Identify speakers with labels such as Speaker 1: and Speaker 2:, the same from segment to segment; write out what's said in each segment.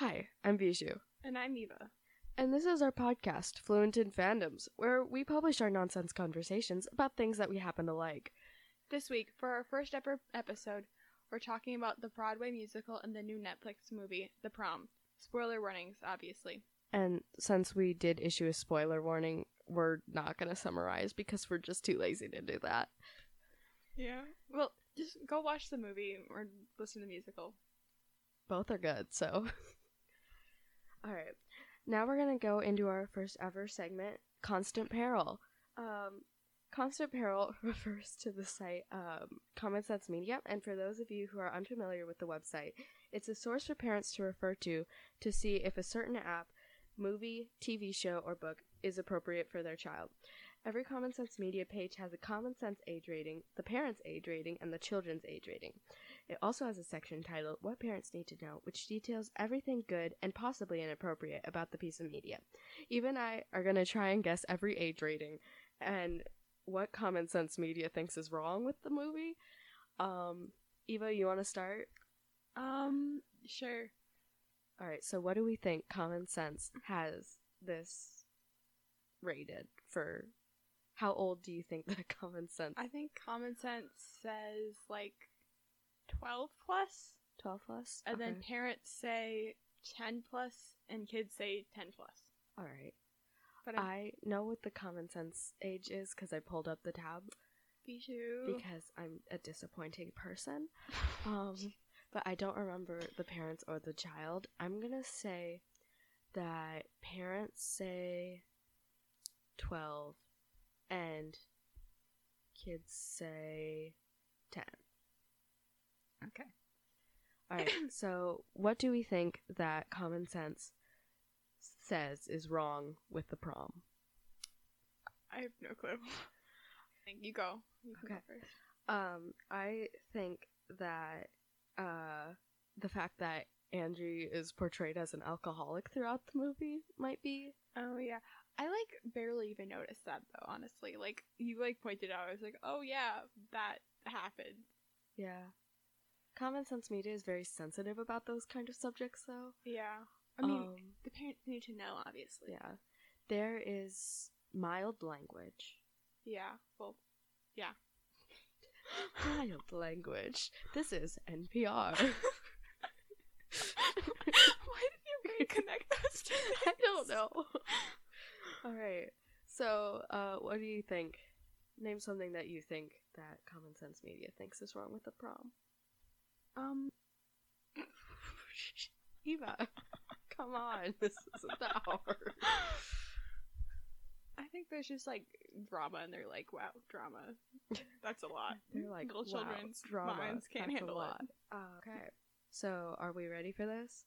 Speaker 1: Hi, I'm Bijou,
Speaker 2: And I'm Eva.
Speaker 1: and this is our podcast, Fluent in Fandoms, where we publish our nonsense conversations about things that we happen to like.
Speaker 2: This week, for our first ever episode, we're talking about the Broadway musical and the new Netflix movie, The Prom. Spoiler warnings, obviously.
Speaker 1: And since we did issue a spoiler warning, we're not going to summarize because we're just too lazy to do that.
Speaker 2: Yeah. Well, just go watch the movie or listen to the musical.
Speaker 1: Both are good, so. All right. Now we're going to go into our first ever segment, Constant Peril. Um, Constant Peril refers to the site um, Common Sense Media, and for those of you who are unfamiliar with the website, it's a source for parents to refer to to see if a certain app, movie, TV show, or book is appropriate for their child. Every Common Sense Media page has a Common Sense age rating, the parents' age rating, and the children's age rating. It also has a section titled What Parents Need to Know, which details everything good and possibly inappropriate about the piece of media. Eva and I are going to try and guess every age rating and what common sense media thinks is wrong with the movie. Um, Eva, you want to start?
Speaker 2: Um, sure.
Speaker 1: All right, so what do we think common sense has this rated for? How old do you think that common sense?
Speaker 2: I think Common Sense says like 12 plus,
Speaker 1: 12 plus?
Speaker 2: and then
Speaker 1: Okay.
Speaker 2: parents say 10 plus, and kids say 10 plus.
Speaker 1: All right.
Speaker 2: But I'm
Speaker 1: I know what the common sense age is because I pulled up the tab.
Speaker 2: Bijou.
Speaker 1: because I'm a disappointing person. Um, but I don't remember the parents or the child. I'm gonna say that parents say 12 and kids say 10.
Speaker 2: Okay.
Speaker 1: All right, so what do we think that common sense says is wrong with the prom?
Speaker 2: I have no clue. Thank you. Go. You can go
Speaker 1: Okay.
Speaker 2: first.
Speaker 1: Um, I think that uh, the fact that Angie is portrayed as an alcoholic throughout the movie might be.
Speaker 2: Oh yeah. I like barely even noticed that though, honestly. Like you like pointed out, I was like, Oh yeah, that happened.
Speaker 1: Yeah. Common Sense Media is very sensitive about those kind of subjects, though.
Speaker 2: Yeah. I mean
Speaker 1: um,
Speaker 2: the parents need to know, obviously.
Speaker 1: yeah. There is mild language.
Speaker 2: Yeah. Well yeah.
Speaker 1: Mild language. This is NPR.
Speaker 2: Why did you connect those two?
Speaker 1: I don't
Speaker 2: things?
Speaker 1: know. All right. So, uh, what do you think? Name something that you think that Common Sense Media thinks is wrong with the prom.
Speaker 2: Um
Speaker 1: Eva, come on. This isn't the hour.
Speaker 2: I think there's just like drama and they're like, Wow, drama. That's a lot.
Speaker 1: They're like,
Speaker 2: little
Speaker 1: wow,
Speaker 2: children's
Speaker 1: drama.
Speaker 2: minds can't
Speaker 1: that's a
Speaker 2: handle
Speaker 1: lot.
Speaker 2: it.
Speaker 1: Uh, okay. So, are we ready for this?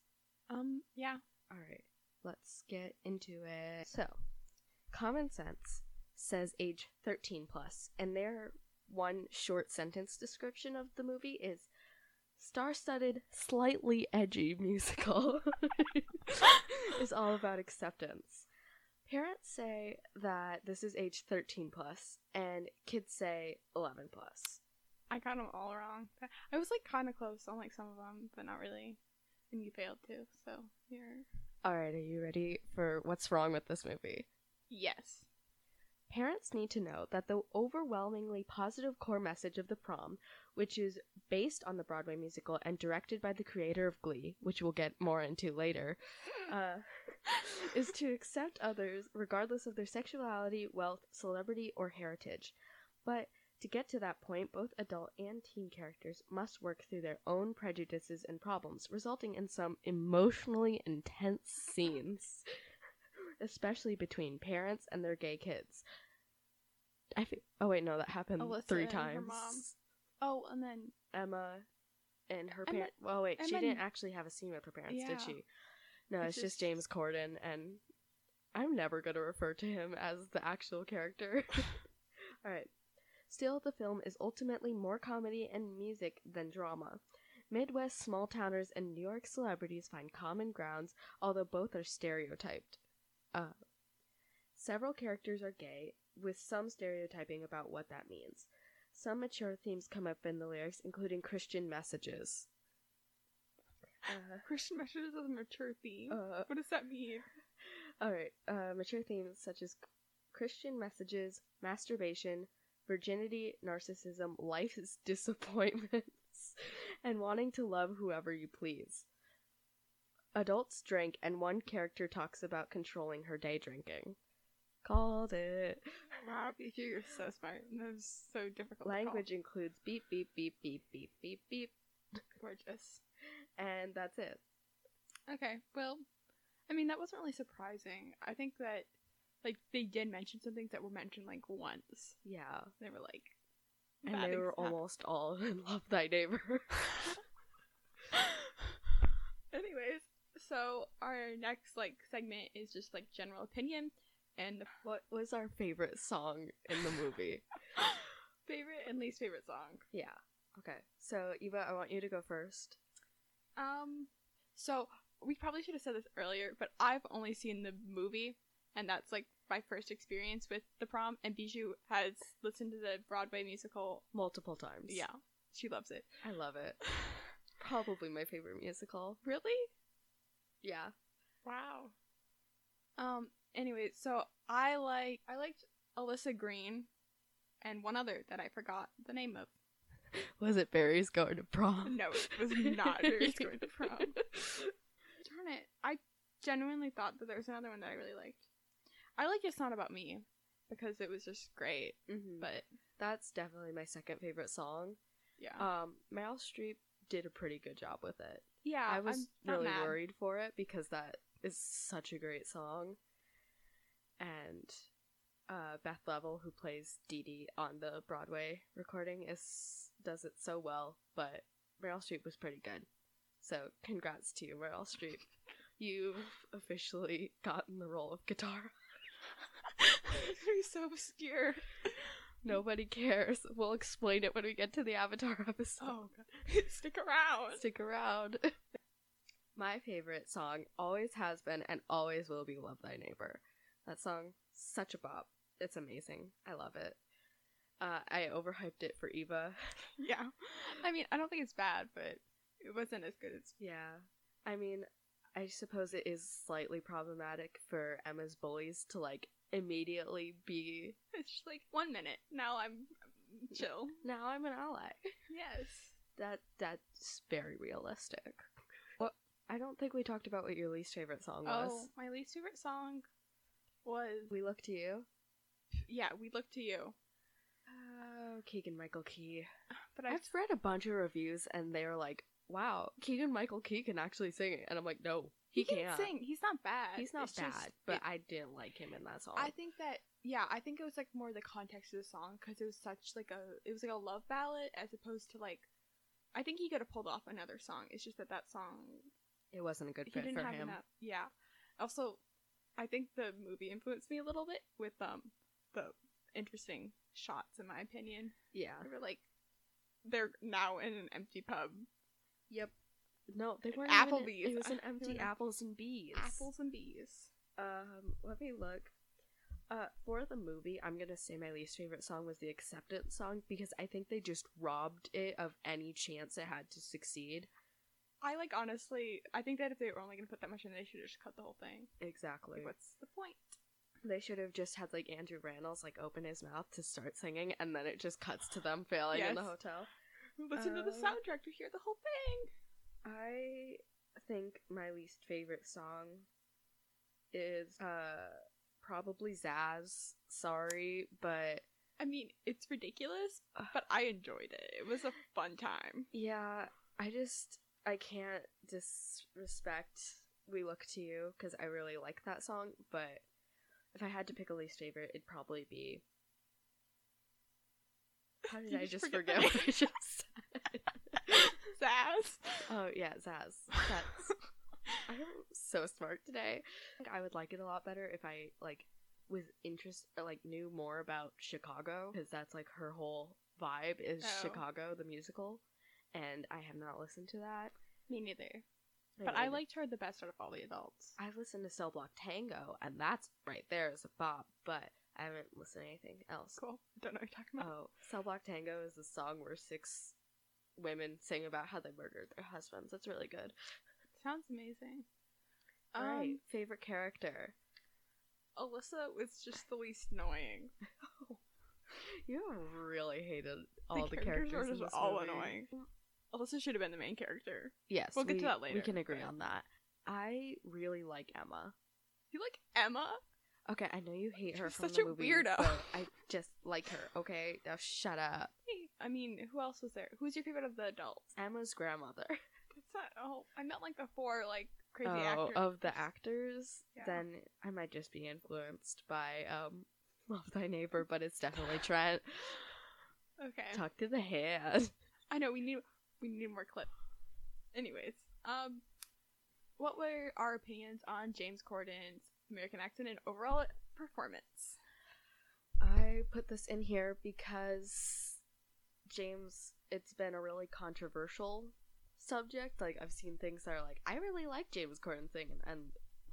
Speaker 2: Um, yeah.
Speaker 1: All right, let's get into it. So, Common Sense says age 13 plus, and their one short sentence description of the movie is star-studded, slightly edgy musical is all about acceptance. Parents say that this is age 13 plus, and kids say 11 plus.
Speaker 2: I got them all wrong. I was like kind of close on like some of them, but not really. And you failed too, so you're
Speaker 1: All right, are you ready for what's wrong with this movie?
Speaker 2: yes.
Speaker 1: Parents need to know that the overwhelmingly positive core message of The Prom, which is based on the Broadway musical and directed by the creator of Glee, which we'll get more into later, uh, is to accept others regardless of their sexuality, wealth, celebrity, or heritage. But to get to that point, both adult and teen characters must work through their own prejudices and problems, resulting in some emotionally intense scenes, especially between parents and their gay kids. I fe- oh wait, no, that happened
Speaker 2: Alyssa
Speaker 1: three
Speaker 2: and her
Speaker 1: times.
Speaker 2: mom. Oh, and then
Speaker 1: Emma and her
Speaker 2: Emma-
Speaker 1: parents. Well, wait, she
Speaker 2: Emma-
Speaker 1: didn't actually have a scene with her parents,
Speaker 2: Yeah.
Speaker 1: did she? No,
Speaker 2: It's
Speaker 1: it's, just
Speaker 2: just-
Speaker 1: James Corden, and I'm never going to refer to him as the actual character. All right. Still, the film is ultimately more comedy and music than drama. Midwest small towners and New York celebrities find common grounds, although both are stereotyped. Uh, several characters are gay, with some stereotyping about what that means. Some mature themes come up in the lyrics, including Christian messages. Uh,
Speaker 2: Christian messages as a mature theme.
Speaker 1: uh,
Speaker 2: what does that mean?
Speaker 1: all right. Uh, mature themes such as Christian messages, masturbation, virginity, narcissism, life's disappointments, and wanting to love whoever you please. Adults drink, and one character talks about controlling her day drinking. Called it.
Speaker 2: Wow, you're so smart. That was so difficult. to call.
Speaker 1: Language includes beep, beep, beep, beep, beep, beep, beep,
Speaker 2: Gorgeous.
Speaker 1: and that's it.
Speaker 2: Okay, well, I mean, that wasn't really surprising. I think that, like, they did mention some things that were mentioned, like, once.
Speaker 1: Yeah.
Speaker 2: They were like,
Speaker 1: And
Speaker 2: bad
Speaker 1: they were
Speaker 2: example.
Speaker 1: almost all in love thy neighbor.
Speaker 2: Anyways, so our next, like, segment is just, like, general opinion and the
Speaker 1: what was our favorite song in the movie?
Speaker 2: favorite and least favorite song.
Speaker 1: yeah. Okay. So Eva, I want you to go first.
Speaker 2: Um, so we probably should have said this earlier, but I've only seen the movie, and that's like my first experience with the prom. And Bijou has listened to the Broadway musical.
Speaker 1: Multiple times.
Speaker 2: Yeah, she loves it.
Speaker 1: I love it. Probably my favorite musical.
Speaker 2: Really?
Speaker 1: Yeah.
Speaker 2: Wow. Um. Anyway, so I like I liked Alyssa Green, and one other that I forgot the name of.
Speaker 1: Was it Barry's going to prom?
Speaker 2: No, it was not Barry's going to prom. Darn it! I genuinely thought that there was another one that I really liked. I like It's Not About Me because it was just great.
Speaker 1: Mhm.
Speaker 2: But
Speaker 1: That's definitely my second favorite song.
Speaker 2: yeah,
Speaker 1: Um, Meryl Streep did a pretty good job with it.
Speaker 2: yeah,
Speaker 1: I was
Speaker 2: I'm not
Speaker 1: really
Speaker 2: mad.
Speaker 1: worried for it because that is such a great song. And uh, Beth Level, who plays Dee Dee on the Broadway recording, is does it so well. But Meryl Streep was pretty good. So congrats to you, Meryl Streep. You've officially gotten the role of guitar.
Speaker 2: It's gonna be so obscure.
Speaker 1: Nobody cares. We'll explain it when we get to the Avatar episode.
Speaker 2: Oh god, stick around.
Speaker 1: Stick around. My favorite song always has been and always will be Love Thy Neighbor. That song, such a bop. It's amazing. I love it. Uh, I overhyped it for Eva.
Speaker 2: Yeah, I mean, I don't think it's bad, but it wasn't as good as.
Speaker 1: Yeah. I mean, I suppose it is slightly problematic for Emma's bullies to like immediately be
Speaker 2: It's just like one minute. Now I'm chill.
Speaker 1: now I'm an ally.
Speaker 2: yes.
Speaker 1: That that's very realistic. What I don't think we talked about what your least favorite song was.
Speaker 2: Oh, my least favorite song was
Speaker 1: We look to you.
Speaker 2: yeah. We look to you,
Speaker 1: Oh, Keegan Michael Key.
Speaker 2: but I
Speaker 1: I've read a bunch of reviews and they were like, "Wow, Keegan Michael Key can actually sing it," and I'm like, "No, he,
Speaker 2: can
Speaker 1: can't.
Speaker 2: sing. He's not bad.
Speaker 1: He's not
Speaker 2: It's
Speaker 1: bad,
Speaker 2: just-
Speaker 1: but
Speaker 2: it-
Speaker 1: I didn't like him in that song."
Speaker 2: I think that yeah, I think it was like more the context of the song because it was such like a it was like a love ballad as opposed to like I think he could have pulled off another song. It's just that that song
Speaker 1: it wasn't a good
Speaker 2: he
Speaker 1: fit
Speaker 2: didn't
Speaker 1: for
Speaker 2: have
Speaker 1: him.
Speaker 2: enough. Yeah. Also, I think the movie influenced me a little bit with um the interesting shots in my opinion.
Speaker 1: Yeah.
Speaker 2: They were like they're now in an empty pub.
Speaker 1: Yep. No, they weren't.
Speaker 2: Applebee's.
Speaker 1: Even, it was an
Speaker 2: They were
Speaker 1: empty
Speaker 2: not-
Speaker 1: apples and bees.
Speaker 2: Apples and bees.
Speaker 1: Um, let me look. Uh, for the movie, I'm gonna say my least favorite song was the acceptance song because I think they just robbed it of any chance it had to succeed.
Speaker 2: I like honestly, I think that if they were only gonna put that much in, they should have just cut the whole thing.
Speaker 1: Exactly.
Speaker 2: Like, what's the point?
Speaker 1: They should have just had like Andrew Rannells like open his mouth to start singing, and then it just cuts to them failing in the
Speaker 2: Yes.
Speaker 1: hotel.
Speaker 2: Listen to the
Speaker 1: Uh,
Speaker 2: soundtrack to hear the whole thing.
Speaker 1: I think my least favorite song is uh probably Zaz. Sorry, but
Speaker 2: I mean, it's ridiculous,
Speaker 1: Ugh.
Speaker 2: but I enjoyed it. It was a fun time.
Speaker 1: yeah, I just I can't disrespect "We Look to You" because I really like that song. But if I had to pick a least favorite, it'd probably be. How did
Speaker 2: You
Speaker 1: I
Speaker 2: just
Speaker 1: just
Speaker 2: forget
Speaker 1: forget
Speaker 2: the
Speaker 1: what I just said?
Speaker 2: Sass.
Speaker 1: Oh yeah, Zaz. That's I am so smart today. Like, I would like it a lot better if I like was interest or like knew more about Chicago because that's like her whole vibe is
Speaker 2: Oh.
Speaker 1: Chicago the musical, and I have not listened to that.
Speaker 2: Me neither. But I
Speaker 1: mean,
Speaker 2: liked her the best out of all the adults.
Speaker 1: I've listened to Cell Block Tango, and that's right there is a bop. But I haven't listened to anything else.
Speaker 2: Cool. Don't know what you're talking about.
Speaker 1: Oh, Cell Block Tango is a song where six women sing about how they murdered their husbands. It's really good.
Speaker 2: Sounds amazing.
Speaker 1: All right,
Speaker 2: Um,
Speaker 1: favorite character.
Speaker 2: Alyssa was just the least annoying.
Speaker 1: You really hated all the, characters,
Speaker 2: characters were
Speaker 1: in
Speaker 2: just
Speaker 1: this
Speaker 2: all
Speaker 1: movie.
Speaker 2: annoying. Alyssa should have been the main character.
Speaker 1: Yes,
Speaker 2: We'll get to
Speaker 1: we-
Speaker 2: that
Speaker 1: We
Speaker 2: later,
Speaker 1: can agree
Speaker 2: but-
Speaker 1: on that. I really like Emma.
Speaker 2: You like Emma?
Speaker 1: Okay, I know you hate her
Speaker 2: She's
Speaker 1: from
Speaker 2: such
Speaker 1: the
Speaker 2: a
Speaker 1: movie,
Speaker 2: weirdo.
Speaker 1: but I just like her. Okay, now shut up.
Speaker 2: I mean, who else was there? Who's your favorite of the adults?
Speaker 1: Emma's grandmother.
Speaker 2: That's not. Oh, I meant like the four like crazy
Speaker 1: Oh,
Speaker 2: actors.
Speaker 1: of the actors,
Speaker 2: Yeah.
Speaker 1: then I might just be influenced by um, Love Thy Neighbor, but it's definitely Trent.
Speaker 2: Okay.
Speaker 1: Talk to the hand.
Speaker 2: I know we need we need more clips. Anyways, um, what were our opinions on James Corden's American accent and overall performance?
Speaker 1: I put this in here because James, it's been a really controversial subject. Like I've seen things that are like, I really like James Corden thing, and, and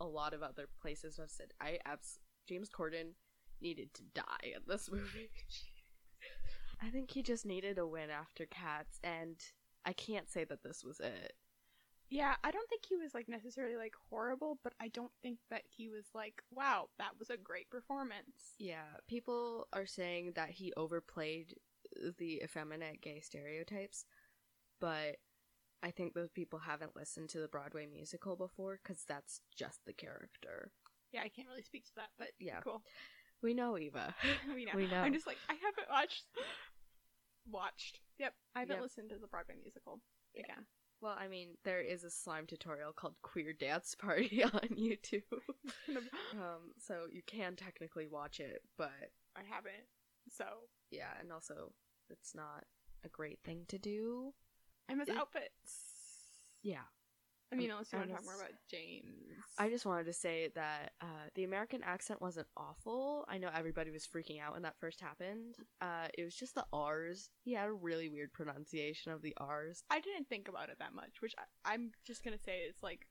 Speaker 1: a lot of other places have said, I abs James Corden needed to die in this movie. I think he just needed a win after Cats, and I can't say that this was it.
Speaker 2: Yeah, I don't think he was like necessarily like horrible, but I don't think that he was like, wow, that was a great performance.
Speaker 1: Yeah, people are saying that he overplayed the effeminate gay stereotypes, but I think those people haven't listened to the Broadway musical before because that's just the character.
Speaker 2: Yeah, I can't really speak to that, but
Speaker 1: Yeah.
Speaker 2: cool.
Speaker 1: We know Eva.
Speaker 2: we know.
Speaker 1: We know.
Speaker 2: I'm just like I haven't watched watched. Yep, I haven't
Speaker 1: Yep.
Speaker 2: listened to the Broadway musical
Speaker 1: Yeah.
Speaker 2: again.
Speaker 1: well, I mean, there is a slime tutorial called Queer Dance Party on YouTube. um, so you can technically watch it, but
Speaker 2: I haven't. So
Speaker 1: yeah, and also it's not a great thing to do.
Speaker 2: Emma's
Speaker 1: It-
Speaker 2: outfits.
Speaker 1: Yeah.
Speaker 2: I mean,
Speaker 1: Um,
Speaker 2: unless you want to talk
Speaker 1: Emma's-
Speaker 2: more about James.
Speaker 1: I just wanted to say that uh, the American accent wasn't awful. I know everybody was freaking out when that first happened. Uh, it was just the R's. He had a really weird pronunciation of the R's.
Speaker 2: I didn't think about it that much, which I, I'm just gonna say is like,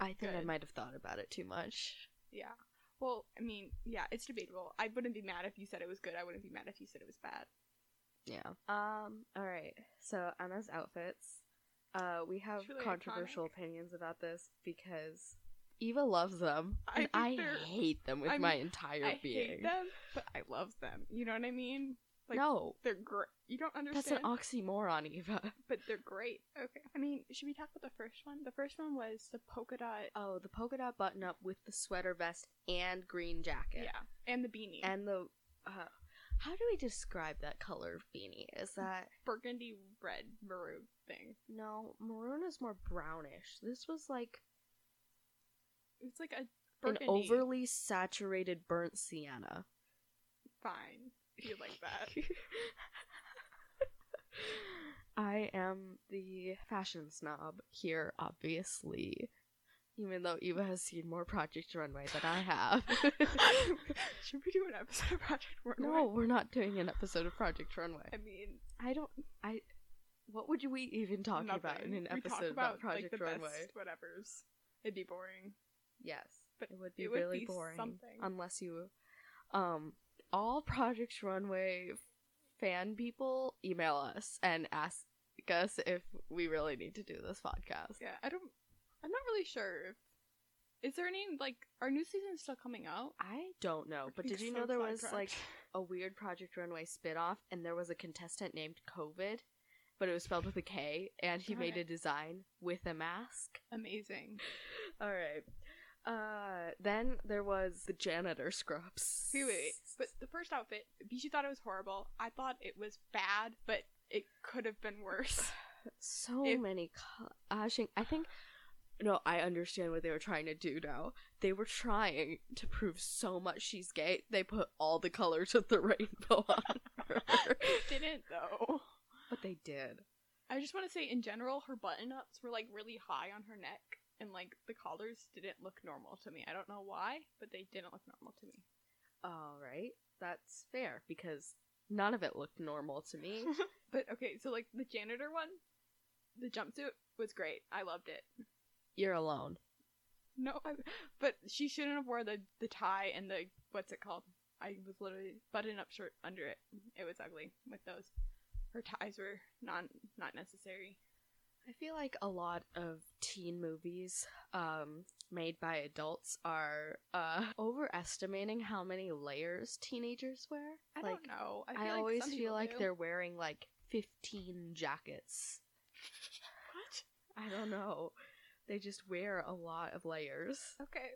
Speaker 1: I think I
Speaker 2: Good.
Speaker 1: might have thought about it too much.
Speaker 2: yeah. Well, I mean, yeah, it's debatable. I wouldn't be mad if you said it was good. I wouldn't be mad if you said it was bad.
Speaker 1: Yeah. Um. All right. So Emma's outfits. Uh, we have
Speaker 2: really
Speaker 1: controversial opinions about this because Eva loves them,
Speaker 2: I
Speaker 1: and
Speaker 2: think
Speaker 1: I
Speaker 2: they're-
Speaker 1: hate them with
Speaker 2: I'm-
Speaker 1: my entire
Speaker 2: I
Speaker 1: being.
Speaker 2: hate them, but I love them. You know what I mean? like,
Speaker 1: no,
Speaker 2: They're great. You don't understand.
Speaker 1: that's an oxymoron, Eva.
Speaker 2: but they're great. Okay. I mean, should we talk about the first one? The first one was the polka dot.
Speaker 1: Oh, the polka dot button up with the sweater vest and green jacket.
Speaker 2: Yeah, and the beanie.
Speaker 1: And the uh, how do we describe that color of beanie? Is that
Speaker 2: burgundy red maroon thing.
Speaker 1: no, maroon is more brownish. This was like
Speaker 2: It's like a burgundy.
Speaker 1: an overly saturated burnt sienna.
Speaker 2: fine. If you like that.
Speaker 1: I am the fashion snob here, obviously. Even though Eva has seen more Project Runway than I have.
Speaker 2: Should we do an episode of Project Runway?
Speaker 1: no, we're not doing an episode of Project Runway.
Speaker 2: I mean,
Speaker 1: I don't. I. What would we even talk about in an
Speaker 2: nothing. We
Speaker 1: episode
Speaker 2: talk
Speaker 1: about, Project
Speaker 2: like, the
Speaker 1: Runway?
Speaker 2: Best whatevers. It'd be boring.
Speaker 1: Yes,
Speaker 2: But
Speaker 1: it would be
Speaker 2: it would
Speaker 1: really
Speaker 2: be
Speaker 1: boring
Speaker 2: something.
Speaker 1: unless you, um, all Project Runway fan people email us and ask us if we really need to do this podcast.
Speaker 2: Yeah, I don't. I'm not really sure. if- Is there any like our new season still coming out?
Speaker 1: I don't know, but
Speaker 2: Being
Speaker 1: did you
Speaker 2: so
Speaker 1: know there was
Speaker 2: sidetracked.
Speaker 1: like a weird Project Runway spinoff, and there was a contestant named COVID, but it was spelled with a K, and he
Speaker 2: Darn
Speaker 1: made
Speaker 2: it.
Speaker 1: a design with a mask.
Speaker 2: amazing?
Speaker 1: All right. Uh, then there was the janitor scrubs.
Speaker 2: Wait, wait, wait. But the first outfit, Bijou thought it was horrible. I thought it was bad, but it could have been worse.
Speaker 1: so
Speaker 2: if-
Speaker 1: many co- uh, shing- I think no, I understand what they were trying to do now. They were trying to prove so much she's gay. They put all the colors of the rainbow on her,
Speaker 2: it didn't though.
Speaker 1: but they did.
Speaker 2: I just want to say, in general, her button ups were like really high on her neck, and like the collars didn't look normal to me. I don't know why, but they didn't look normal to me.
Speaker 1: All right, that's fair because none of it looked normal to me.
Speaker 2: But okay, so like the janitor one, the jumpsuit was great. I loved it.
Speaker 1: You're alone.
Speaker 2: No, I, but she shouldn't have wore the the tie and the what's it called? I was literally button up shirt under it. It was ugly with those. Her ties were not not necessary.
Speaker 1: I feel like a lot of teen movies um, made by adults are uh, overestimating how many layers teenagers wear.
Speaker 2: I
Speaker 1: like,
Speaker 2: don't know. I, feel
Speaker 1: I,
Speaker 2: like
Speaker 1: always
Speaker 2: some
Speaker 1: feel
Speaker 2: people
Speaker 1: like
Speaker 2: do.
Speaker 1: they're wearing like 15 jackets.
Speaker 2: What?
Speaker 1: I don't know. They just wear a lot of layers.
Speaker 2: Okay,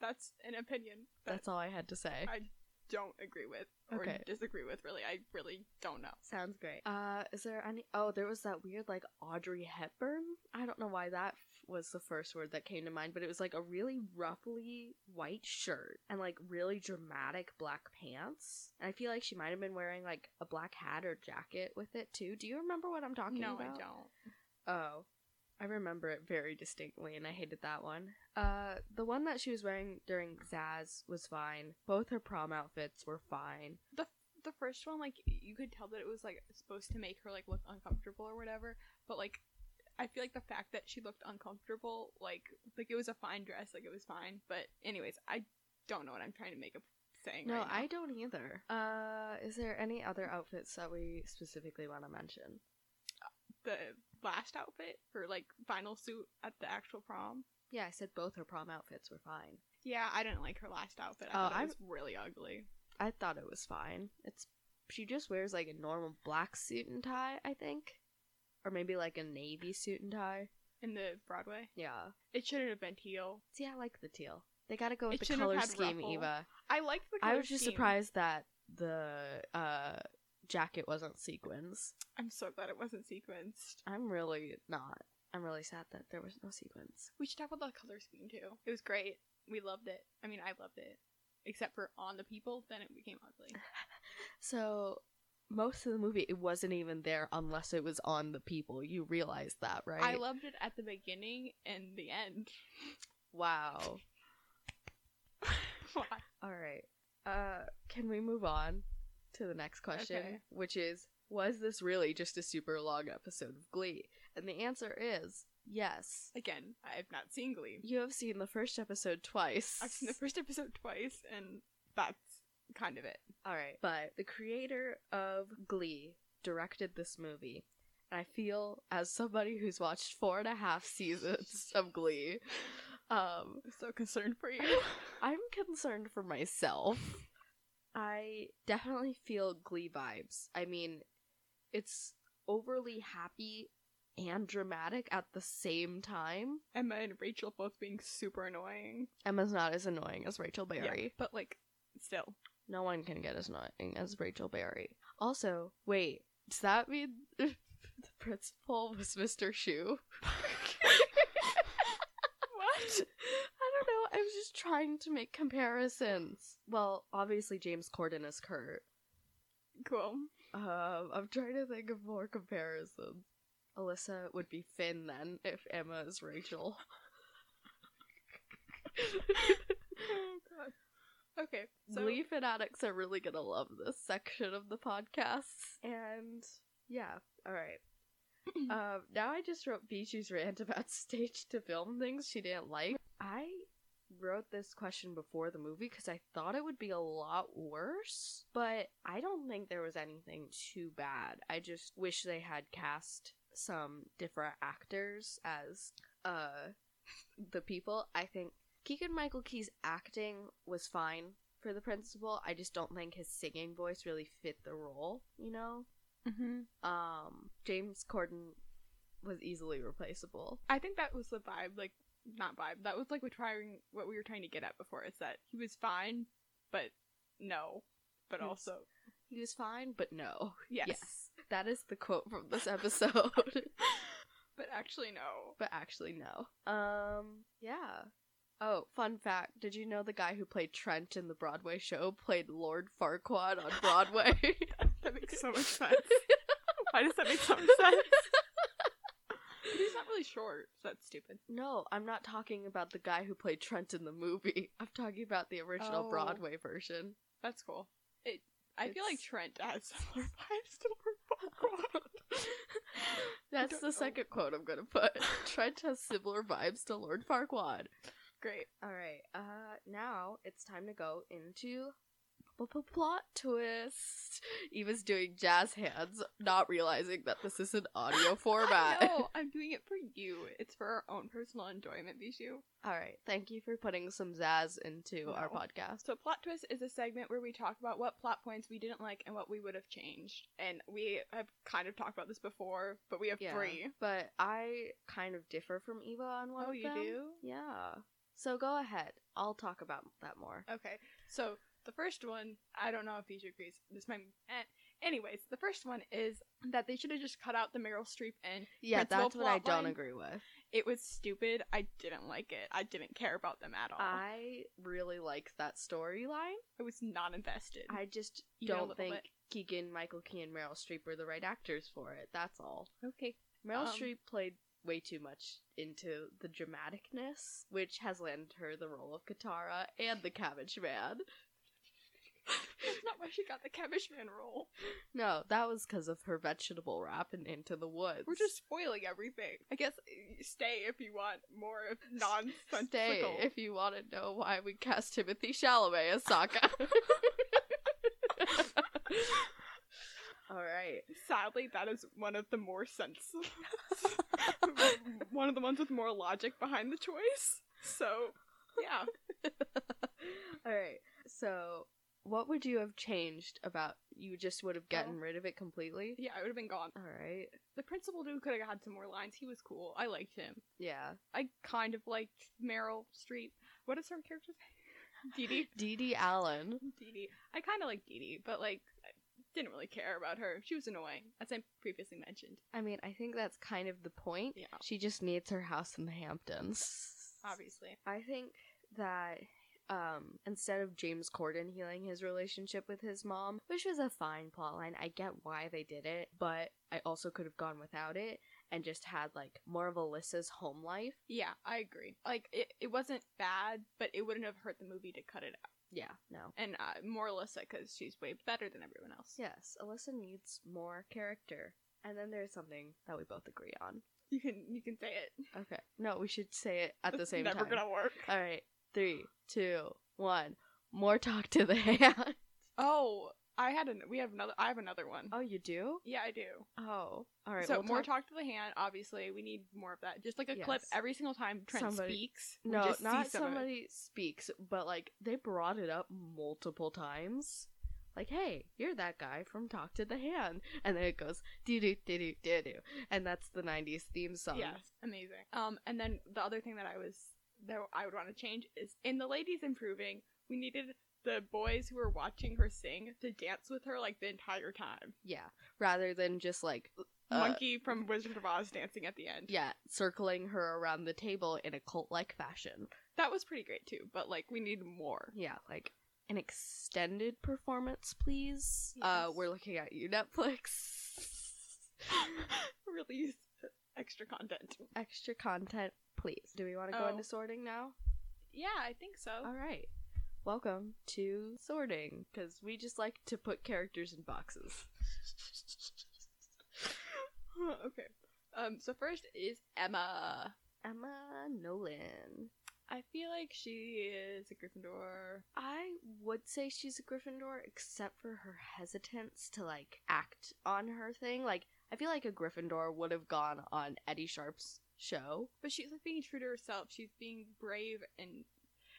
Speaker 2: that's an opinion. That
Speaker 1: That's all I had to say.
Speaker 2: I don't agree with or
Speaker 1: Okay.
Speaker 2: disagree with. Really, I really don't know.
Speaker 1: Sounds great. Uh, is there any? Oh, there was that weird like Audrey Hepburn. I don't know why that f- was the first word that came to mind, but it was like a really ruffly white shirt and like really dramatic black pants. And I feel like she might have been wearing like a black hat or jacket with it too. Do you remember what I'm talking
Speaker 2: no,
Speaker 1: about?
Speaker 2: I don't.
Speaker 1: Oh, I remember it very distinctly, and I hated that one. Uh, the one that she was wearing during Zaz was fine. Both her prom outfits were fine.
Speaker 2: the the first one like you could tell that it was like supposed to make her like look uncomfortable or whatever but like i feel like the fact that she looked uncomfortable like like it was a fine dress like it was fine but anyways i don't know what i'm trying to make a saying
Speaker 1: No,
Speaker 2: right now.
Speaker 1: I don't either. Uh, is there any other outfits that we specifically want to mention?
Speaker 2: the last outfit or like final suit at the actual prom
Speaker 1: Yeah, I said both her prom outfits were fine.
Speaker 2: yeah i didn't like her last outfit i
Speaker 1: Oh,
Speaker 2: thought it
Speaker 1: I'm-
Speaker 2: was really ugly
Speaker 1: I thought it was fine. It's she just wears like a normal black suit and tie, I think, or maybe like a navy suit and tie.
Speaker 2: in the broadway
Speaker 1: Yeah,
Speaker 2: it shouldn't have been teal
Speaker 1: see, I like the teal. They got to go with
Speaker 2: It
Speaker 1: the
Speaker 2: shouldn't have
Speaker 1: color
Speaker 2: had
Speaker 1: scheme,
Speaker 2: ruffle.
Speaker 1: Eva.
Speaker 2: i liked the
Speaker 1: I
Speaker 2: color
Speaker 1: was just
Speaker 2: scheme.
Speaker 1: surprised that the uh jacket wasn't sequins.
Speaker 2: i'm so glad it wasn't sequenced
Speaker 1: I'm really not. I'm really sad that there was no sequins.
Speaker 2: We should talk about the color scheme too. It was great. We loved it. I mean, I loved it. Except for on the people, then it became ugly.
Speaker 1: So most of the movie it wasn't even there unless it was on the people. You realize that, right?
Speaker 2: I loved it at the beginning and the end.
Speaker 1: wow.
Speaker 2: Why?
Speaker 1: All right. Uh can we move on to the next question,
Speaker 2: Okay.
Speaker 1: which is was this really just a super long episode of Glee? And the answer is yes.
Speaker 2: Again, I've not seen Glee.
Speaker 1: You have seen the first episode twice.
Speaker 2: I've seen the first episode twice, and that's kind of it.
Speaker 1: All right. But the creator of Glee directed this movie. And I feel, as somebody who's watched four and a half seasons of Glee, um,
Speaker 2: I'm so concerned for you.
Speaker 1: I'm concerned for myself. I definitely feel Glee vibes. I mean, it's overly happy and dramatic at the same time.
Speaker 2: Emma and Rachel both being super annoying.
Speaker 1: Emma's not as annoying as Rachel
Speaker 2: Yeah,
Speaker 1: Berry.
Speaker 2: but like, still.
Speaker 1: No one can get as annoying as Rachel Berry. Also, wait, does that mean the principal was Mr. Shoe?
Speaker 2: What?
Speaker 1: I don't know. I was just trying to make comparisons. Well, obviously James Corden is Kurt.
Speaker 2: Cool.
Speaker 1: Um, I'm trying to think of more comparisons. Alyssa would be Finn then if Emma is Rachel.
Speaker 2: Oh, God. Okay. So,
Speaker 1: Glee fanatics are really gonna love this section of the podcast. And yeah, all right. um, now I just wrote Bichu's rant about stage to film things she didn't like. I wrote this question before the movie because I thought it would be a lot worse, but I don't think there was anything too bad. I just wish they had cast some different actors as uh the people. I think Keegan Michael Key's acting was fine for the principal. I just don't think his singing voice really fit the role, you know? Mm-hmm.
Speaker 2: Mhm.
Speaker 1: Um, James Corden was easily replaceable.
Speaker 2: I think that was the vibe, like not vibe. That was like we're trying what we were trying to get at before. Is that he was fine, but no, but
Speaker 1: Yes.
Speaker 2: also
Speaker 1: He was fine, but no.
Speaker 2: yes.
Speaker 1: That is the quote from this episode.
Speaker 2: But actually, no.
Speaker 1: but actually, no. Um, yeah. Oh, fun fact. Did you know the guy who played Trent in the Broadway show played Lord Farquaad on Broadway?
Speaker 2: That makes so much sense. Why does that make so much sense? But he's not really short, so that's stupid.
Speaker 1: No, I'm not talking about the guy who played Trent in the movie. I'm talking about the original
Speaker 2: Oh.
Speaker 1: Broadway version.
Speaker 2: That's cool. It. I feel like
Speaker 1: It's-
Speaker 2: Trent has similar vibes to Lord Farquaad.
Speaker 1: That's
Speaker 2: Oh, don't
Speaker 1: the
Speaker 2: know.
Speaker 1: second quote I'm gonna put. Trent has similar vibes to Lord Farquaad.
Speaker 2: Great.
Speaker 1: All right, uh, now it's time to go into plot twist. Eva's doing jazz hands, not realizing that this is an audio format.
Speaker 2: No, I'm doing it for you. It's for our own personal enjoyment, Bijou.
Speaker 1: All right, thank you for putting some zazz into our
Speaker 2: No.
Speaker 1: podcast.
Speaker 2: So, plot twist is a segment where we talk about what plot points we didn't like and what we would have changed. And we have kind of talked about this before, but we have
Speaker 1: Yeah,
Speaker 2: three.
Speaker 1: but I kind of differ from Eva on one.
Speaker 2: Oh,
Speaker 1: of
Speaker 2: you
Speaker 1: them.
Speaker 2: do?
Speaker 1: Yeah. So go ahead. I'll talk about that more.
Speaker 2: Okay, so the first one, I don't know if Bijou agrees. This might. Eh. Anyways, the first one is that they should have just cut out the Meryl Streep, and
Speaker 1: Yeah,
Speaker 2: principal
Speaker 1: that's what I
Speaker 2: plot
Speaker 1: don't
Speaker 2: line.
Speaker 1: agree with.
Speaker 2: it was stupid. I didn't like it. I didn't care about them at all.
Speaker 1: I really like that storyline.
Speaker 2: I was not invested.
Speaker 1: I just
Speaker 2: Even a
Speaker 1: don't
Speaker 2: little
Speaker 1: think
Speaker 2: bit.
Speaker 1: Keegan Michael Key and Meryl Streep were the right actors for it. That's all.
Speaker 2: okay.
Speaker 1: Meryl
Speaker 2: Um,
Speaker 1: Streep played way too much into the dramaticness, which has landed her the role of Katara and the Cabbage Man.
Speaker 2: That's not why she got the Cabbage Man role.
Speaker 1: No, that was because of her vegetable wrap and Into the Woods.
Speaker 2: We're just spoiling everything. I guess uh, stay if you want more of nonsensical.
Speaker 1: stay if you want to know why we cast Timothy Chalamet as Sokka. All right.
Speaker 2: Sadly, that is one of the more sense. one of the ones with more logic behind the choice. So, yeah.
Speaker 1: All right. So, what would you have changed about you just would have gotten
Speaker 2: Oh.
Speaker 1: rid of it completely?
Speaker 2: Yeah, I would have been gone.
Speaker 1: All right.
Speaker 2: The principal dude could have had some more lines. He was cool. I liked him.
Speaker 1: Yeah.
Speaker 2: I kind of liked Meryl Streep. What is her character's name? Dee Dee.
Speaker 1: Dee Dee Allen.
Speaker 2: Dee Dee. I kind of like Dee Dee, but like, I didn't really care about her. She was annoying, as I previously mentioned.
Speaker 1: I mean, I think that's kind of the point.
Speaker 2: Yeah,
Speaker 1: She just needs her house in the Hamptons.
Speaker 2: obviously.
Speaker 1: I think that um, instead of James Corden healing his relationship with his mom, which was a fine plotline, I get why they did it, but I also could have gone without it and just had like more of Alyssa's home life.
Speaker 2: Yeah, I agree. Like, it, it wasn't bad, but it wouldn't have hurt the movie to cut it out.
Speaker 1: Yeah, no.
Speaker 2: And uh, more Alyssa, because she's way better than everyone else.
Speaker 1: Yes, Alyssa needs more character. And then there's something that we both agree on.
Speaker 2: You can you can say it.
Speaker 1: Okay. No, we should say it at the
Speaker 2: It's
Speaker 1: same
Speaker 2: never
Speaker 1: time.
Speaker 2: gonna work.
Speaker 1: All right, three, two, one. More talk to the hand.
Speaker 2: Oh, I had an we have another. I have another one.
Speaker 1: Oh, you do?
Speaker 2: Yeah, I do.
Speaker 1: Oh, all right.
Speaker 2: so
Speaker 1: we'll
Speaker 2: more talk to the hand. Obviously, we need more of that. Just like a clip
Speaker 1: Yes.
Speaker 2: every single time Trent
Speaker 1: Somebody-
Speaker 2: speaks. we
Speaker 1: No,
Speaker 2: just see
Speaker 1: not
Speaker 2: some of it.
Speaker 1: somebody speaks, but like they brought it up multiple times. Like, hey, you're that guy from Talk to the Hand, and then it goes doo doo doo doo doo doo, and that's the '90s theme song.
Speaker 2: Yes, amazing. Um, and then the other thing that I was that I would want to change is in the ladies improving, we needed the boys who were watching her sing to dance with her like the entire time.
Speaker 1: Yeah, rather than just like Uh,
Speaker 2: Monkey from Wizard of Oz dancing at the end.
Speaker 1: yeah, circling her around the table in a cult-like fashion.
Speaker 2: That was pretty great too, but like we need more.
Speaker 1: Yeah, like an extended performance, please. Uh,
Speaker 2: Yes.
Speaker 1: we're looking at you, Netflix.
Speaker 2: Release extra content.
Speaker 1: Extra content, please. Do we want to go
Speaker 2: Oh.
Speaker 1: into sorting now?
Speaker 2: Yeah, I think so.
Speaker 1: All right. Welcome to sorting, because we just like to put characters in boxes.
Speaker 2: okay. Um, so first is Emma.
Speaker 1: Emma Nolan.
Speaker 2: I feel like she is a Gryffindor.
Speaker 1: I would say she's a Gryffindor, except for her hesitance to like act on her thing. Like, I feel like a Gryffindor would have gone on Eddie Sharp's show.
Speaker 2: But she's like being true to herself. She's being brave and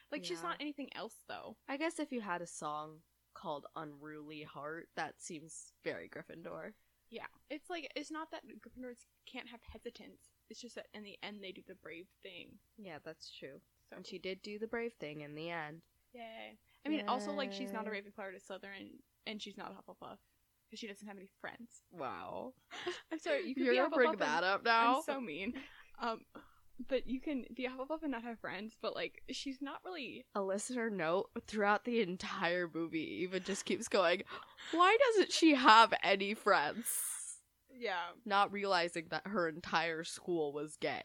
Speaker 2: like she's
Speaker 1: Yeah.
Speaker 2: not anything else though.
Speaker 1: I guess if you had a song called Unruly Heart, that seems very Gryffindor.
Speaker 2: Yeah. It's like it's not that Gryffindors can't have hesitance. It's just that in the end they do the brave thing.
Speaker 1: Yeah, that's true.
Speaker 2: So
Speaker 1: And she did do the brave thing in the end.
Speaker 2: yay. I mean, also like she's not a
Speaker 1: Yay.
Speaker 2: Ravenclaw or a Slytherin, and she's not a Hufflepuff because she doesn't have any friends.
Speaker 1: Wow.
Speaker 2: I'm sorry. You can
Speaker 1: You're
Speaker 2: be a
Speaker 1: gonna bring
Speaker 2: Hufflepuff
Speaker 1: that
Speaker 2: and-
Speaker 1: up now?
Speaker 2: I'm so mean. Um, but you can be a Hufflepuff and not have friends. But like she's not really.
Speaker 1: a listener note throughout the entire movie eva just keeps going why doesn't she have any friends
Speaker 2: Yeah.
Speaker 1: not realizing that her entire school was gay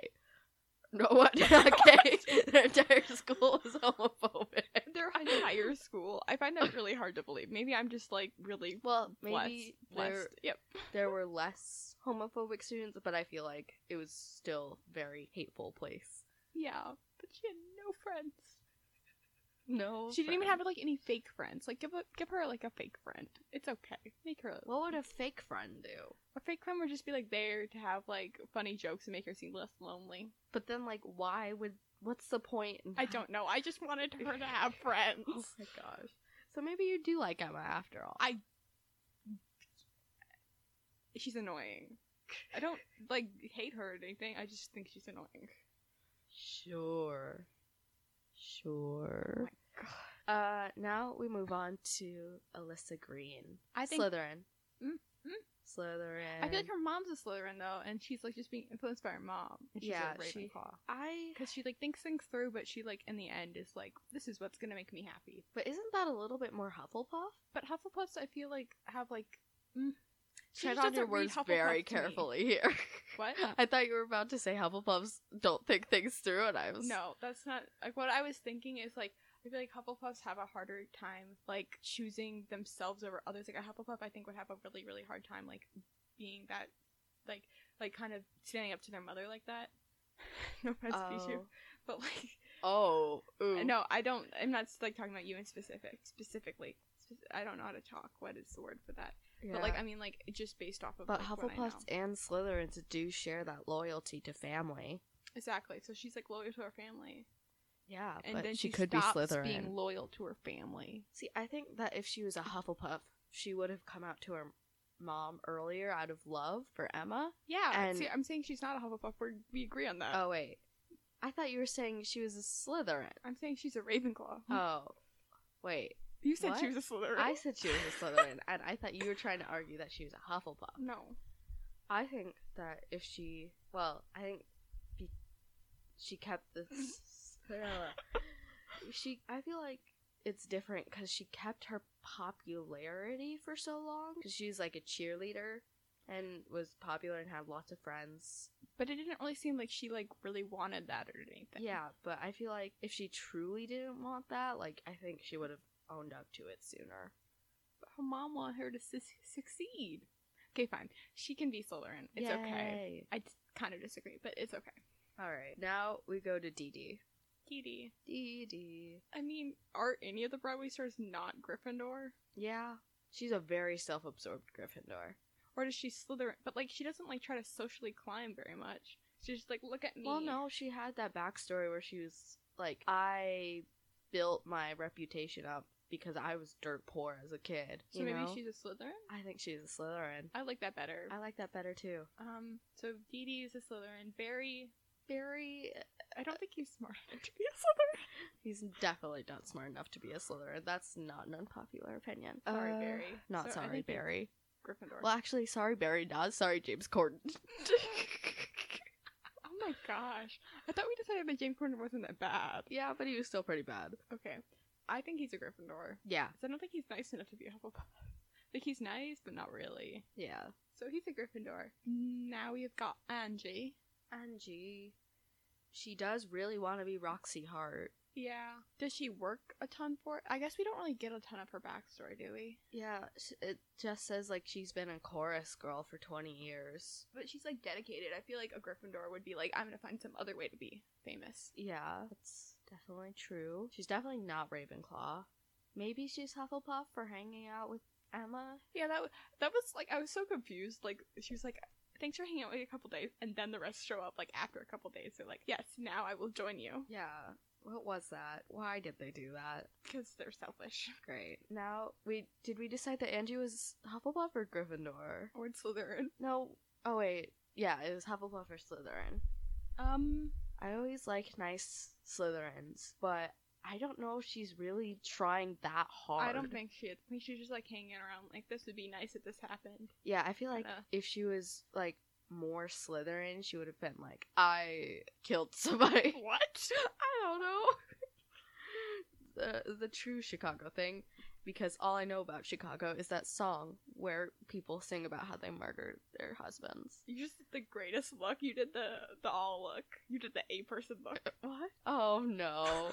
Speaker 1: no what not gay their entire school was homophobic
Speaker 2: Their entire school. I find that really hard to believe. Maybe I'm just like really
Speaker 1: well maybe
Speaker 2: blessed.
Speaker 1: there,
Speaker 2: Yep.
Speaker 1: there were less homophobic students but i feel like it was still very hateful place
Speaker 2: Yeah, but she had no friends.
Speaker 1: No.
Speaker 2: She didn't even
Speaker 1: friend.
Speaker 2: have like any fake friends. Like give a, give her like a fake friend. It's okay. Make her a,
Speaker 1: What would a fake friend do?
Speaker 2: a fake friend would just be like there to have like funny jokes and make her seem less lonely.
Speaker 1: But then, like, why would? What's the point? in
Speaker 2: I
Speaker 1: that?
Speaker 2: don't know. I just wanted her to have
Speaker 1: Oh
Speaker 2: friends.
Speaker 1: my gosh. So maybe you do like Emma after all.
Speaker 2: I- She's annoying. I don't like hate her or anything. I just think she's annoying.
Speaker 1: Sure.
Speaker 2: Oh
Speaker 1: Sure.
Speaker 2: my God.
Speaker 1: Uh, now we move on to Alyssa Green.
Speaker 2: I think
Speaker 1: Slytherin.
Speaker 2: Mm, mm.
Speaker 1: Slytherin.
Speaker 2: I feel like her mom's a Slytherin though, and she's like just being influenced by her mom. And she's
Speaker 1: Yeah,
Speaker 2: a
Speaker 1: she-
Speaker 2: Ravenclaw.
Speaker 1: I.
Speaker 2: Because she like thinks things through, but she like in the end is like, this is what's gonna make me happy.
Speaker 1: But isn't that a little bit more Hufflepuff?
Speaker 2: But Hufflepuffs, I feel like have like mm. She
Speaker 1: Tread
Speaker 2: just
Speaker 1: on your
Speaker 2: doesn't read
Speaker 1: words very
Speaker 2: Hufflepuff to me.
Speaker 1: carefully here.
Speaker 2: what?
Speaker 1: I thought you were about to say Hufflepuffs don't think things through, and I was
Speaker 2: no, that's not like what I was thinking. Is like I feel like Hufflepuffs have a harder time like choosing themselves over others. Like a Hufflepuff, I think would have a really really hard time like being that like like kind of standing up to their mother like that. no offense, Bijou,
Speaker 1: Oh.
Speaker 2: but like
Speaker 1: Oh. Ooh.
Speaker 2: No, I don't. I'm not like talking about you in specific, specifically. Spe- I don't know how to talk. What is the word for that? But like,
Speaker 1: Yeah.
Speaker 2: I mean, like just based off of.
Speaker 1: But
Speaker 2: like, what I know.
Speaker 1: Hufflepuffs and Slytherins do share that loyalty to family.
Speaker 2: Exactly. So she's like loyal to her family,
Speaker 1: Yeah,
Speaker 2: and
Speaker 1: but
Speaker 2: then
Speaker 1: she,
Speaker 2: she,
Speaker 1: could be
Speaker 2: stops
Speaker 1: Slytherin.
Speaker 2: being loyal to her family.
Speaker 1: See, I think that if she was a Hufflepuff, she would have come out to her mom earlier out of love for Emma.
Speaker 2: Yeah.
Speaker 1: And-
Speaker 2: see, I'm saying she's not a Hufflepuff. We're, we agree on that.
Speaker 1: Oh wait, I thought you were saying she was a Slytherin.
Speaker 2: I'm saying she's a Ravenclaw.
Speaker 1: Oh, wait,
Speaker 2: you said she
Speaker 1: what?
Speaker 2: was a Slytherin.
Speaker 1: I said she was a Slytherin, and I thought you were trying to argue that she was a Hufflepuff.
Speaker 2: no.
Speaker 1: I think that if she, well, I think be- she kept the. she, I feel like it's different because she kept her popularity for so long because she's like a cheerleader and was popular and had lots of friends.
Speaker 2: But it didn't really seem like she like really wanted that or anything.
Speaker 1: Yeah, but I feel like if she truly didn't want that, like I think she would have owned up to it sooner.
Speaker 2: But her mom wanted her to su- succeed. Okay, fine. She can be Slytherin. It's okay.
Speaker 1: Yay.
Speaker 2: I kind of disagree, but it's okay.
Speaker 1: All right, now we go to Dee Dee.
Speaker 2: Dee
Speaker 1: Dee Dee.
Speaker 2: I mean, are any of the Broadway stars not Gryffindor?
Speaker 1: Yeah, she's a very self-absorbed Gryffindor.
Speaker 2: Or does she Slytherin? But like, she doesn't like try to socially climb very much. She's just like, look at me.
Speaker 1: Well, no, she had that backstory where she was like, I built my reputation up because I was dirt poor as a kid.
Speaker 2: So
Speaker 1: you
Speaker 2: maybe
Speaker 1: know?
Speaker 2: she's a Slytherin.
Speaker 1: I think she's a Slytherin.
Speaker 2: I like that better.
Speaker 1: I like that better too.
Speaker 2: Um, so Dee Dee is a Slytherin. Barry,
Speaker 1: Barry,
Speaker 2: I don't think he's smart enough to be a Slytherin.
Speaker 1: he's definitely not smart enough to be a Slytherin. That's not an unpopular opinion.
Speaker 2: Sorry,
Speaker 1: Uh,
Speaker 2: Barry.
Speaker 1: Not
Speaker 2: So I
Speaker 1: sorry,
Speaker 2: think he's
Speaker 1: Barry.
Speaker 2: Gryffindor.
Speaker 1: Well, actually, sorry, Barry. Not sorry, James Corden.
Speaker 2: oh my gosh! I thought we decided that James Corner wasn't that bad.
Speaker 1: yeah, but he was still pretty bad.
Speaker 2: Okay, I think he's a Gryffindor.
Speaker 1: Yeah,
Speaker 2: 'Cause I don't think he's nice enough to be a Hufflepuff. Like he's nice, but not really.
Speaker 1: yeah.
Speaker 2: So he's a Gryffindor. Now we've got Angie.
Speaker 1: Angie, she does really want to be Roxy Hart.
Speaker 2: Yeah. Does she work a ton for it? I guess we don't really get a ton of her backstory, do we?
Speaker 1: Yeah, s- it just says like she's been a chorus girl for 20 years.
Speaker 2: But she's like dedicated. I feel like a Gryffindor would be like, I'm gonna find some other way to be famous.
Speaker 1: Yeah, that's definitely true. She's definitely not Ravenclaw. Maybe she's Hufflepuff for hanging out with Emma.
Speaker 2: Yeah, that wa- that was like I was so confused. Like she was like, thanks for hanging out with me a couple days, and then the rest show up like after a couple days. They're like, yes, now I will join you
Speaker 1: Yeah, what was that? Why did they do that?
Speaker 2: because they're selfish.
Speaker 1: Great. Now, we did we decide that Angie was Hufflepuff or Gryffindor?
Speaker 2: Or Slytherin.
Speaker 1: No. Oh wait. Yeah, it was Hufflepuff or Slytherin.
Speaker 2: Um,
Speaker 1: I always like nice Slytherins, but I don't know if she's really trying that hard.
Speaker 2: I don't think she. I think she's just like hanging around. Like this would be nice if this happened.
Speaker 1: Yeah, I feel like
Speaker 2: Kinda.
Speaker 1: if she was like more Slytherin, she would have been like, "I killed somebody."
Speaker 2: What?
Speaker 1: I don't know. the the true Chicago thing, because all I know about Chicago is that song where people sing about how they murdered their husbands.
Speaker 2: You just did the greatest look. You did the the all look. You did the A person look.
Speaker 1: What? Oh no!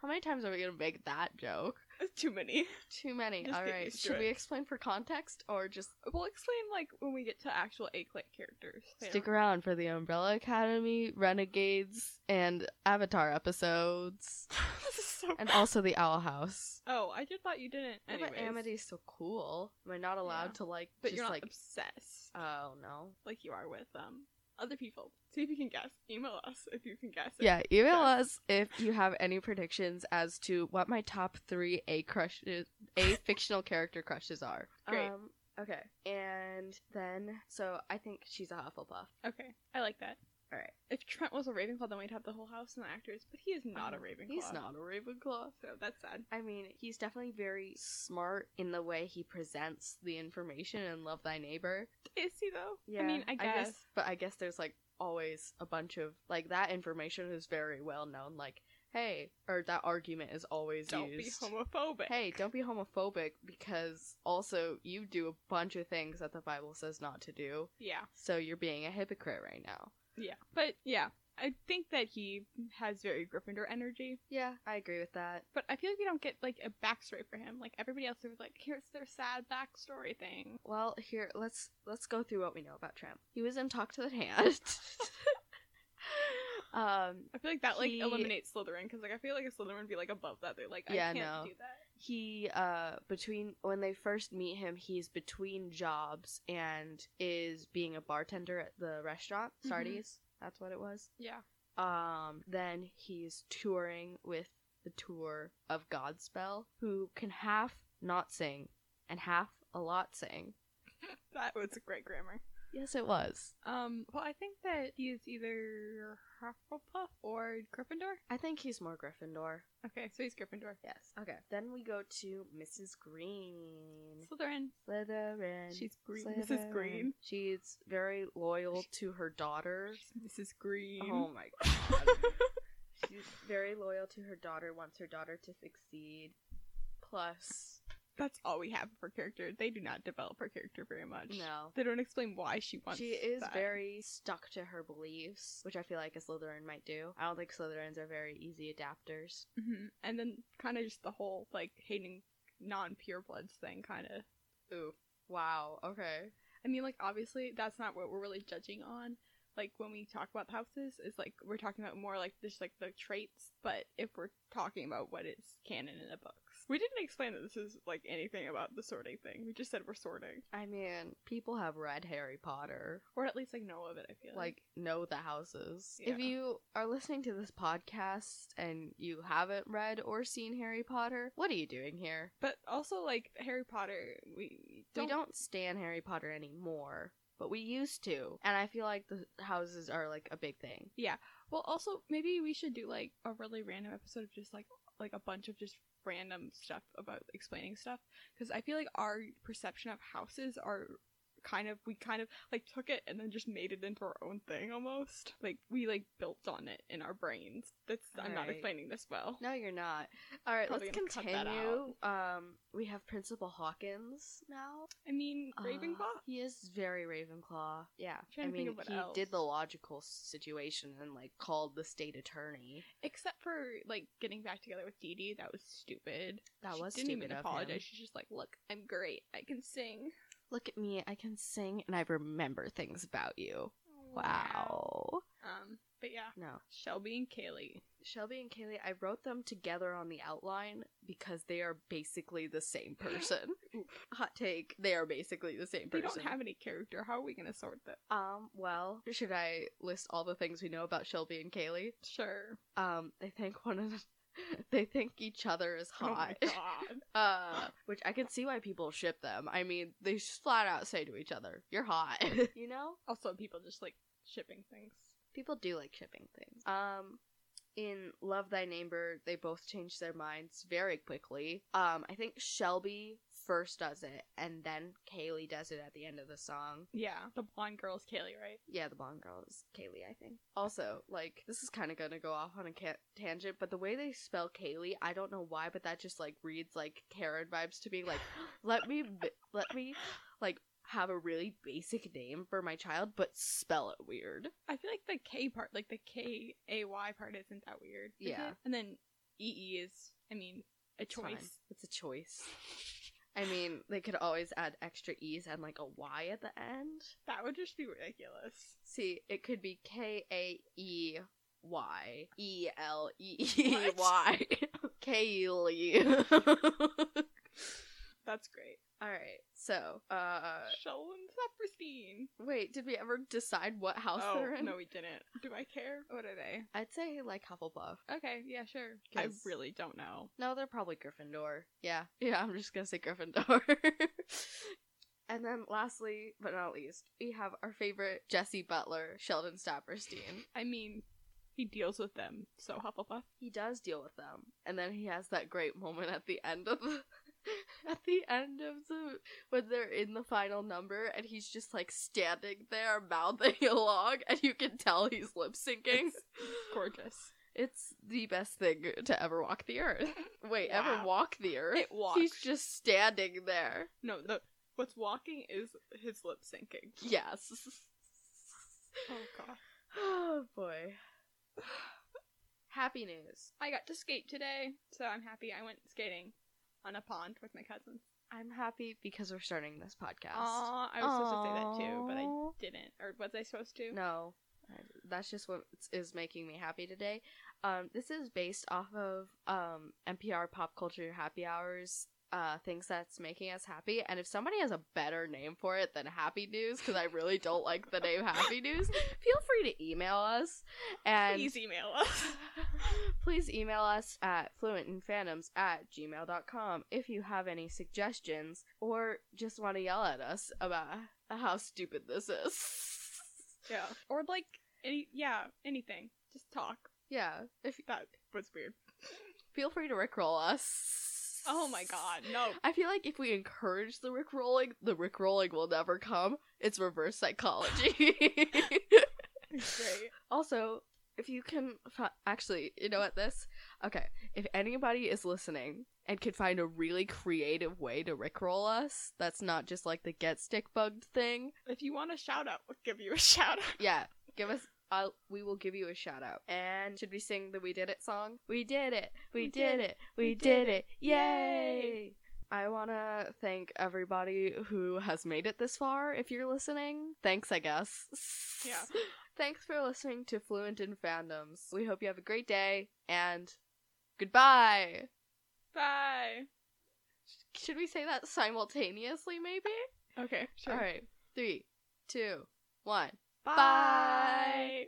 Speaker 1: how many times are we gonna make that joke?
Speaker 2: It's too many.
Speaker 1: Too many.
Speaker 2: Just
Speaker 1: All
Speaker 2: get
Speaker 1: right.
Speaker 2: used to
Speaker 1: Should
Speaker 2: it.
Speaker 1: we explain for context or just
Speaker 2: We'll explain like when we get to actual A Clan characters. later
Speaker 1: stick
Speaker 2: on.
Speaker 1: around for the Umbrella Academy, Renegades, and Avatar episodes,
Speaker 2: this is so.
Speaker 1: and also the Owl House.
Speaker 2: oh, I just thought you didn't.
Speaker 1: Yeah,
Speaker 2: Anyways.
Speaker 1: but Amity's so cool. Am I not allowed
Speaker 2: Yeah.
Speaker 1: to like?
Speaker 2: But
Speaker 1: just
Speaker 2: you're not
Speaker 1: like,
Speaker 2: obsessed
Speaker 1: oh no.
Speaker 2: like you are with um other people. See if you can guess. Email us if you can guess. It.
Speaker 1: Yeah, email
Speaker 2: Yeah.
Speaker 1: us if you have any predictions as to what my top three A crushes, A fictional character crushes are.
Speaker 2: Great.
Speaker 1: Um, okay, and then so I think she's a Hufflepuff.
Speaker 2: Okay. I like that.
Speaker 1: All right.
Speaker 2: If Trent was a Ravenclaw, then we'd have the whole house and the actors. But he is not a
Speaker 1: Oh,
Speaker 2: Ravenclaw.
Speaker 1: He's not a Ravenclaw.
Speaker 2: So that's sad.
Speaker 1: I mean, he's definitely very smart in the way he presents the information and love thy neighbor.
Speaker 2: Is he though? I mean, I guess.
Speaker 1: but I guess there's like always a bunch of like that information is very well known. Like, hey, or that argument is always
Speaker 2: Don't
Speaker 1: used.
Speaker 2: be homophobic.
Speaker 1: Hey, don't be homophobic because also you do a bunch of things that the Bible says not to do.
Speaker 2: Yeah.
Speaker 1: So you're being a hypocrite right now.
Speaker 2: Yeah. But yeah, I think that he has very Gryffindor energy.
Speaker 1: Yeah, I agree with that.
Speaker 2: But I feel like we don't get like a backstory for him. Like everybody else, was like, here's their sad backstory thing.
Speaker 1: Well, here let's let's go through what we know about Tramp. He was in Talk to the Hand. um,
Speaker 2: I feel like that like
Speaker 1: He-
Speaker 2: eliminates Slytherin because like I feel like a Slytherin would be like above that. They're like, I
Speaker 1: Yeah,
Speaker 2: can't
Speaker 1: no.
Speaker 2: do that.
Speaker 1: he uh between when they first meet him he's between jobs and is being a bartender at the restaurant
Speaker 2: Mhm.
Speaker 1: sardi's that's what it was
Speaker 2: Yeah.
Speaker 1: um then he's touring with the tour of godspell who can half not sing and half a lot sing
Speaker 2: That was a great grammar.
Speaker 1: yes it was
Speaker 2: Um. Well, I think that he is either Hufflepuff or Gryffindor.
Speaker 1: i think he's more gryffindor
Speaker 2: Okay, so he's Gryffindor.
Speaker 1: yes okay then we go to mrs green
Speaker 2: Slytherin.
Speaker 1: Slytherin.
Speaker 2: She's green. Mrs. Green.
Speaker 1: She's very loyal to her daughter.
Speaker 2: Mrs. Green.
Speaker 1: Oh my god. She's very loyal to her daughter, wants her daughter to succeed. Plus,
Speaker 2: That's all we have of her character. They do not develop her character very much.
Speaker 1: no.
Speaker 2: They don't explain why she wants.
Speaker 1: She is
Speaker 2: that.
Speaker 1: very stuck to her beliefs, which I feel like a Slytherin might do. I don't think Slytherins are very easy adapters.
Speaker 2: Mhm. And then kind of just the whole like hating non-purebloods thing, kind of.
Speaker 1: Ooh. Wow. Okay.
Speaker 2: I mean, like obviously that's not what we're really judging on. Like when we talk about the houses, is like we're talking about more like just like the traits. But if we're talking about what is canon in the books, we didn't explain that this is like anything about the sorting thing. We just said we're sorting,
Speaker 1: I mean, people have read Harry Potter.
Speaker 2: or at least like know of it. I feel
Speaker 1: like know the houses. If
Speaker 2: Yeah.
Speaker 1: you are listening to this podcast and you haven't read or seen Harry Potter, what are you doing here?
Speaker 2: But also like Harry Potter, we
Speaker 1: We don't stand Harry Potter anymore, but we used to. And I feel like the houses are like a big thing.
Speaker 2: Well, also maybe we should do like a really random episode of just like like a bunch of just random stuff about explaining stuff because I feel like our perception of houses are kind of we kind of like took it and then just made it into our own thing almost like we like built on it in our brains that's i'm not
Speaker 1: Alright.
Speaker 2: explaining this well
Speaker 1: No, you're not. All right,
Speaker 2: Probably
Speaker 1: let's
Speaker 2: gonna cut that
Speaker 1: continue. Um, we have Principal Hawkins now.
Speaker 2: i mean
Speaker 1: Uh,
Speaker 2: ravenclaw
Speaker 1: he is very Ravenclaw. Yeah,
Speaker 2: trying
Speaker 1: I
Speaker 2: to
Speaker 1: mean,
Speaker 2: think of what
Speaker 1: he
Speaker 2: else.
Speaker 1: did the logical situation and like called the state attorney.
Speaker 2: except for like getting back together with Dee Dee, that was stupid
Speaker 1: That
Speaker 2: She
Speaker 1: was
Speaker 2: didn't
Speaker 1: stupid
Speaker 2: even
Speaker 1: of
Speaker 2: apologize
Speaker 1: him.
Speaker 2: she's just like look i'm great i can sing
Speaker 1: Look at me, I can sing and I remember things about you. Wow.
Speaker 2: um but yeah
Speaker 1: No.
Speaker 2: Shelby and Kaylee.
Speaker 1: Shelby and Kaylee, I wrote them together on the outline because they are basically the same person. Hot take, they are basically the same
Speaker 2: We
Speaker 1: person.
Speaker 2: don't have any character. How are we gonna sort that?
Speaker 1: um, well, should I list all the things we know about Shelby and Kaylee?
Speaker 2: Sure.
Speaker 1: Um, they think one of them, they think each other is
Speaker 2: Oh my
Speaker 1: hot.
Speaker 2: god.
Speaker 1: Uh, which I can see why people ship them. I mean, they just flat out say to each other, "You're hot," you know.
Speaker 2: also, people just like shipping things.
Speaker 1: people do like shipping things. Um, in Love Thy Neighbor, they both change their minds very quickly. Um, I think Shelby first does it, and then Kaylee does it at the end of the song.
Speaker 2: Yeah, the blonde girl's Kaylee, right?
Speaker 1: Yeah, the blonde girl is Kaylee, I think. Also, like, this is kind of gonna go off on a ca- tangent, but the way they spell Kaylee, I don't know why, but that just like reads like Karen vibes to me. Like, let me, b- let me, like, have a really basic name for my child, but spell it weird.
Speaker 2: I feel like the K part, like the K A Y part, isn't that weird? is
Speaker 1: Yeah.
Speaker 2: it? And then E E is. I mean, a
Speaker 1: It's fine.
Speaker 2: choice.
Speaker 1: It's a choice. I mean, they could always add extra E's and like a Y at the end.
Speaker 2: That would just be ridiculous.
Speaker 1: See, it could be K A E Y E L E E
Speaker 2: What?
Speaker 1: Y. Kaylee.
Speaker 2: That's great.
Speaker 1: All right. So, uh,
Speaker 2: Shell and Saperstein.
Speaker 1: wait, did we ever decide what house they're
Speaker 2: Oh,
Speaker 1: in?
Speaker 2: no, we didn't. Do I care? What are they?
Speaker 1: I'd say like Hufflepuff.
Speaker 2: Okay, yeah, sure. I
Speaker 1: 'Cause-
Speaker 2: really don't know.
Speaker 1: No, they're probably Gryffindor. Yeah. Yeah, I'm just gonna say Gryffindor. and then lastly, but not least, we have our favorite Jesse Butler, Sheldon Stapperstein.
Speaker 2: I mean, he deals with them, so Hufflepuff.
Speaker 1: He does deal with them. And then he has that great moment at the end of the at the end of the when they're in the final number and he's just like standing there mouthing along and you can tell he's lip syncing.
Speaker 2: It's gorgeous.
Speaker 1: It's the best thing to ever walk the earth. Wait,
Speaker 2: Wow.
Speaker 1: ever walk the earth?
Speaker 2: It walks.
Speaker 1: He's just standing there.
Speaker 2: no, the what's walking is his lip syncing.
Speaker 1: Yes.
Speaker 2: Oh god.
Speaker 1: oh boy. Happy news.
Speaker 2: I got to skate today, so I'm happy. I went skating on a pond with my cousins.
Speaker 1: I'm happy because we're starting this podcast.
Speaker 2: Aw, I was supposed to say that too, but I didn't. Or was I supposed to?
Speaker 1: No. I- That's just what is- is making me happy today. Um, this is based off of um, NPR Pop Culture Happy Hours. Uh, things that's making us happy, and if somebody has a better name for it than Happy News, because I really don't like the name Happy News, feel free to email us. And
Speaker 2: Please email us.
Speaker 1: Please email us at fluentinfandoms at gmail.com if you have any suggestions or just want to yell at us about how stupid this is.
Speaker 2: yeah. Or like any yeah, anything. Just talk.
Speaker 1: Yeah, if
Speaker 2: That was weird.
Speaker 1: feel free to rickroll us.
Speaker 2: Oh my god, no.
Speaker 1: I feel like if we encourage the rickrolling, the rickrolling will never come. It's reverse psychology.
Speaker 2: It's great.
Speaker 1: Also, if you can fi- actually, you know what this? Okay, if anybody is listening and can find a really creative way to rickroll us, that's not just like the get stick bugged thing.
Speaker 2: If you want a shout out, we'll give you a shout out.
Speaker 1: Yeah, give us. I'll, we will give you a shout out. And should we sing the "We Did It" song? We did it. We, did, it. We, did, it. Yay! I want to thank everybody who has made it this far. If you're listening, thanks, I guess.
Speaker 2: Yeah.
Speaker 1: Thanks for listening to Fluent in Fandoms. We hope you have a great day and goodbye.
Speaker 2: Bye.
Speaker 1: Should we say that simultaneously, maybe?
Speaker 2: Okay, sure.
Speaker 1: All right. Three, two, one.
Speaker 2: Bye.